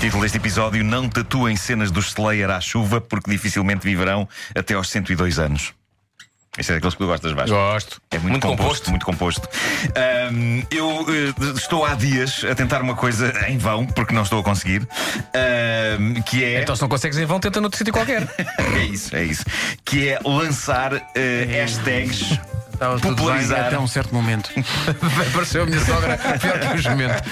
Título deste episódio: Não tatuem cenas dos Slayer à chuva, porque dificilmente viverão até aos 102 anos. Este é daqueles que tu gostas, Vasco. Gosto. É muito, composto, Muito composto. Ahm, eu eh, estou há dias a tentar uma coisa em vão, porque não estou a conseguir. ahm, que é. Então se não consegues em vão, tenta noutro sítio qualquer. É isso, é isso. Que é lançar eh, hashtags. Estava Tá, tudo bem Popularizar. até um certo momento. Apareceu a minha sogra pior que o jumento.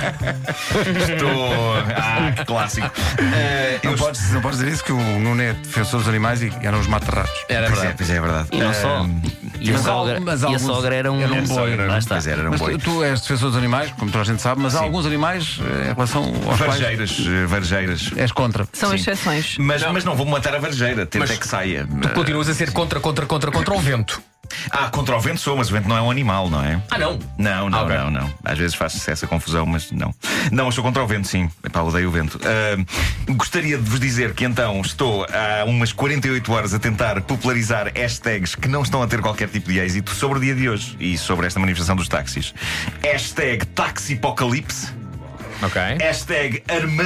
Estou. Ah, que clássico. Eh, Não eu podes, não podes dizer isso que o Nuno é defensor dos animais e eram os matarratos. Era Pois é, verdade. pois é, é verdade. E não só. Ahm, E a mas al- sogra, mas e a alguns- sogra era um, era um Era boi. sogra, era um- Lá está. Mas era um Mas tu, boi. tu és defensor dos animais, como toda a gente sabe, mas há alguns animais eh, em relação aos quais Varjeiras, eh, varjeiras. és contra. São Sim. exceções. Mas não, mas não vou matar a varjeira, tenta é Mas que saia. Continuas a ser contra, contra, contra, contra o vento. Ah, contra o vento sou, mas o vento não é um animal, não é? Ah, não. Não, não, Ah, ok. não, não. Às vezes faço essa confusão, mas não. Não, eu sou contra o vento, sim. Epá, odeio o vento. Ah, gostaria de vos dizer que então estou há umas 48 horas a tentar popularizar hashtags que não estão a ter qualquer tipo de êxito sobre o dia de hoje e sobre esta manifestação dos táxis. Hashtag Taxipocalipse, Ok. hashtag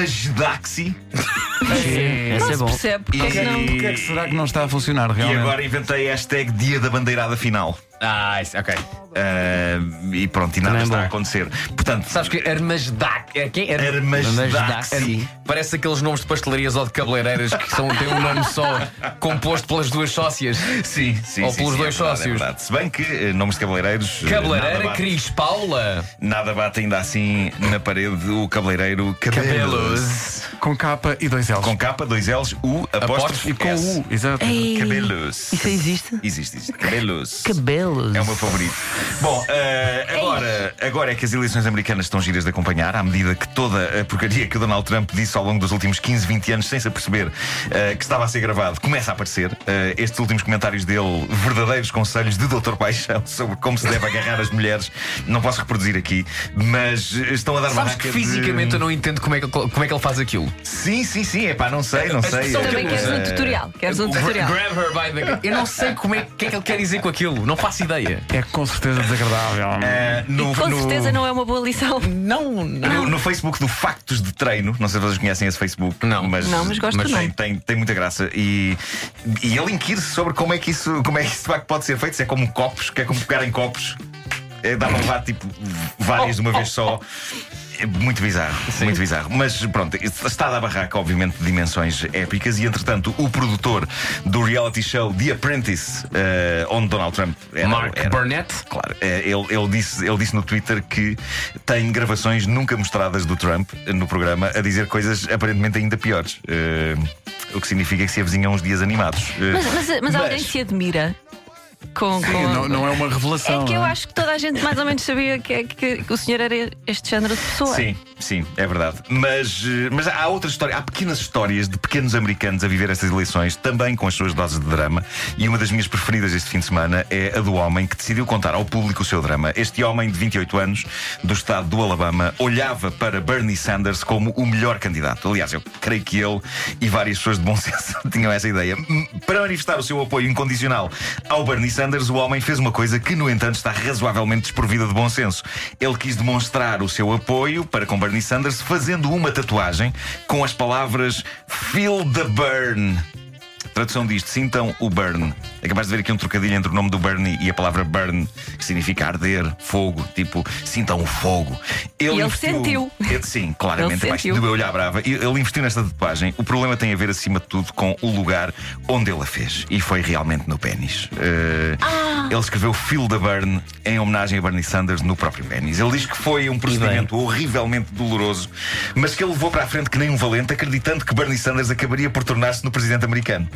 Armagedaxi Essa é Não se bom. percebe porque é que não. O que é que e, será que não está a funcionar e realmente? agora inventei hashtag Dia da Bandeirada Final. Ah, isso, ok. Ah, e pronto, e nada Também é está bom. a acontecer. Portanto, Sabes que Armasdac. É quem? Ar- Armasdaxi. Armasdaxi. Parece aqueles nomes de pastelarias ou de cabeleireiras que são, têm um nome só, composto pelas duas sócias. Sim, sim. Ou sim, pelos sim, dois é verdade, sócios. é verdade. Se bem que eh, nomes de cabeleireiros. eh, nada Cabeleireira bate, Cris Paula. nada bate ainda assim na parede o cabeleireiro Cabelos. Com capa e dois L's. Com capa, dois L's, U, apóstrofe E com S. o U, exato. Ei, Cabelos. Isso existe? Existe, existe. Cabelos. Cabelos. É o meu favorito. Bom, eh, agora, agora é que as eleições americanas estão giras de acompanhar, à medida que toda a porcaria que o Donald Trump disse ao longo dos últimos 15, 20 anos, sem se aperceber eh, que estava a ser gravado, começa a aparecer. Eh, estes últimos comentários dele, verdadeiros conselhos de Dr. Paixão sobre como se deve agarrar as mulheres, não posso reproduzir aqui, mas estão a dar Sabes barraca que de- fisicamente eu não entendo como é que, como é que ele faz aquilo. Sim, sim, sim, é pá, não sei, não As sei. pessoas- Também queres um Eh, tutorial. Queres um Gra- tutorial. Grab her by the... Eu não sei como é, o que é que ele quer dizer com aquilo. Não faço ideia. É com certeza desagradável. eh, no- E com no- certeza não é uma boa lição. Não, No, no Facebook do Factos de Treino, não sei se vocês conhecem esse Facebook. Não. mas, Não, mas gosto do tem, nome. tem, tem muita graça. E, e ele inquire sobre como é que isso, como é que isso de facto pode ser feito. Se é como copos, que é como pegar em copos. É, dá para levar tipo várias de uma vez só. É Muito bizarro, muito bizarro. Mas pronto, está da barraca, obviamente, de dimensões épicas. E entretanto, o produtor do reality show The Apprentice, eh, onde Donald Trump era, Mark era- Burnett. Claro, eh, ele, ele disse, ele disse no Twitter que tem gravações nunca mostradas do Trump eh, no programa a dizer coisas aparentemente ainda piores. Eh, o que significa que se avizinham uns dias animados. Eh, Mas, mas, mas alguém se admira com. Sim, com- não, não é uma revelação. É que eu não acho que toda a gente mais ou menos sabia que, que- que o senhor era este género de pessoa. Sim, sim, é verdade. Mas, eh, mas há outras histórias, há pequenas histórias de pequenos americanos a viver estas eleições, também com as suas doses de drama. E uma das minhas preferidas este fim de semana é a do homem que decidiu contar ao público o seu drama. Este homem de 28 anos, do estado do Alabama, olhava para Bernie Sanders como o melhor candidato. Aliás, eu creio que ele e várias pessoas de bom senso tinham essa ideia. Hum, Para manifestar o seu apoio incondicional ao Bernie Sanders, o homem fez uma coisa que, no entanto, está razoavelmente desprovida de bom senso. Ele quis demonstrar o seu apoio para com Bernie Sanders fazendo uma tatuagem com as palavras Feel the Burn. Tradução disto, sintam o burn. É capaz de ver aqui um trocadilho entre o nome do Bernie e a palavra burn, que significa arder, fogo, tipo, sintam o fogo. E ele investiu- sentiu. Ele- Sim, claramente. é Ele Mas sentiu. doeu-lhe à brava. E Ele investiu nesta tatuagem. O problema tem a ver, acima de tudo, com o lugar onde ele a fez. E foi realmente no pênis. Eh, Ah. Ele escreveu Feel the Burn em homenagem a Bernie Sanders no próprio pênis. Ele diz que foi um procedimento horrivelmente doloroso, mas que ele levou para a frente que nem um valente, acreditando que Bernie Sanders acabaria por tornar-se no presidente americano.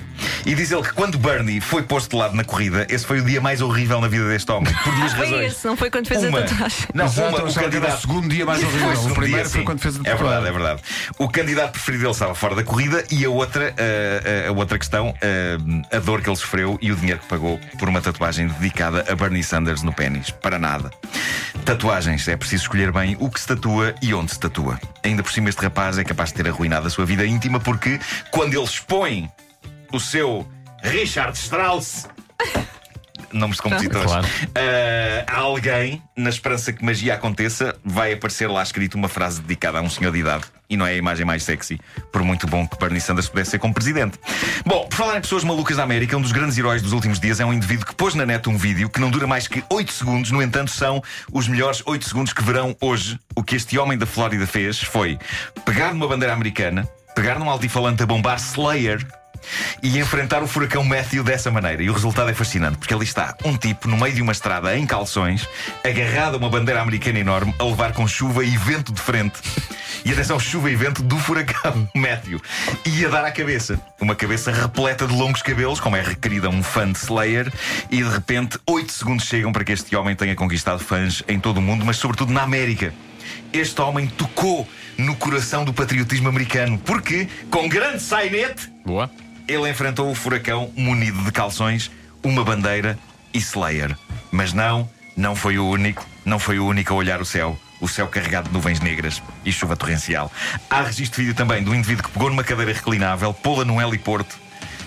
E diz ele que quando Bernie foi posto de lado na corrida, esse foi o dia mais horrível na vida deste homem. Por duas Foi razões. esse, não foi quando fez Uma- a tatuagem. Não, Exato, uma, eu o achava que era candidato o segundo dia mais horrível. Foi o O segundo primeiro dia, foi sim. quando fez o É verdade, tatuagem. é verdade. O candidato preferido dele estava fora da corrida e a outra, ah, ah, a outra questão, ah, a dor que ele sofreu e o dinheiro que pagou por uma tatuagem dedicada a Bernie Sanders no pênis. Para nada. Tatuagens, é preciso escolher bem o que se tatua e onde se tatua. Ainda por cima, este rapaz é capaz de ter arruinado a sua vida íntima porque quando ele expõe o seu Richard Strauss nomes de compositores. Claro. Ah, há alguém, na esperança que magia aconteça, vai aparecer lá escrito uma frase dedicada a um senhor de idade. E não é a imagem mais sexy, por muito bom que Bernie Sanders pudesse ser como presidente. Bom, por falar em pessoas malucas da América, um dos grandes heróis dos últimos dias é um indivíduo que pôs na net um vídeo que não dura mais que 8 segundos, no entanto, são os melhores 8 segundos que verão hoje. O que este homem da Flórida fez foi pegar numa bandeira americana, pegar num altifalante a bombar Slayer e enfrentar o furacão Matthew dessa maneira. E o resultado é fascinante, porque ali está um tipo no meio de uma estrada em calções, agarrado a uma bandeira americana enorme, a levar com chuva e vento de frente. E atenção, chuva e vento do furacão Matthew. E a dar à cabeça. Uma cabeça repleta de longos cabelos, como é requerida a um fã de Slayer, e de repente 8 segundos chegam para que este homem tenha conquistado fãs em todo o mundo, mas sobretudo na América. Este homem tocou no coração do patriotismo americano, porque, com grande sainete, Boa. ele enfrentou o furacão munido de calções, uma bandeira e Slayer. Mas não, não foi o único, não foi o único a olhar o céu. O céu carregado de nuvens negras e chuva torrencial. Há registro de vídeo também de um indivíduo que pegou numa cadeira reclinável, pô-la num heliporto,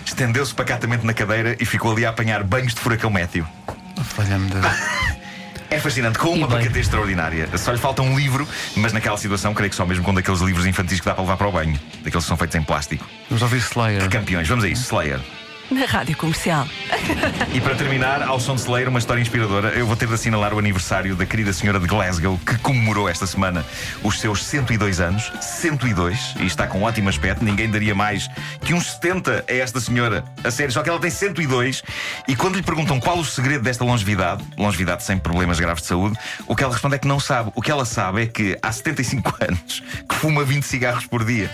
estendeu-se pacatamente na cadeira e ficou ali a apanhar banhos de furacão Matthew. Olha-me de- É fascinante, com uma E bem. paquete extraordinária. Só lhe falta um livro, mas naquela situação creio que só mesmo com um daqueles livros infantis que dá para levar para o banho. Daqueles que são feitos em plástico. Vamos ouvir Slayer. Campeões, vamos a isso, Slayer. Na rádio comercial. E para terminar, ao som de Slayer, uma história inspiradora, eu vou ter de assinalar o aniversário da querida senhora de Glasgow, que comemorou esta semana os seus 102 anos. 102, e está com ótimo aspecto, ninguém daria mais que uns 70 a esta senhora. A sério, só que ela tem 102. E quando lhe perguntam qual o segredo desta longevidade, longevidade sem problemas graves de saúde, o que ela responde é que não sabe. O que ela sabe é que há 75 anos que fuma 20 cigarros por dia.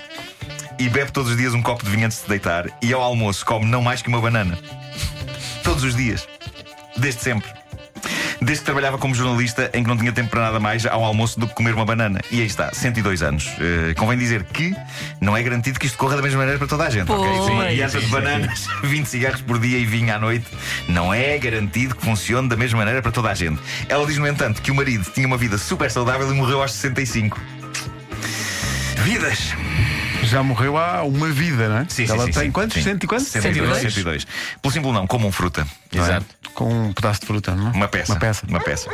E bebe todos os dias um copo de vinho antes de se deitar, e ao almoço come não mais que uma banana. Todos os dias. Desde sempre. Desde que trabalhava como jornalista, em que não tinha tempo para nada mais ao almoço do que comer uma banana. E aí está, 102 anos. Eh, convém dizer que não é garantido que isto corra da mesma maneira para toda a gente, ok? Pois. Com uma dieta de bananas, 20 cigarros por dia e vinho à noite, não é garantido que funcione da mesma maneira para toda a gente. Ela diz, no entanto, que o marido tinha uma vida super saudável e morreu aos 65. Vidas! Já morreu há uma vida, não é? Sim, sim, Ela sim, tem sim. quantos? Sim. Cento e quantos? 102, 102. Pelo simples não, como um fruta. não é? Exato. Com um pedaço de fruta, não é? Uma peça. Uma peça. Uma peça.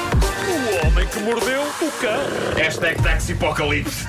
O homem que mordeu o cão. Hashtag Taxipocalipse.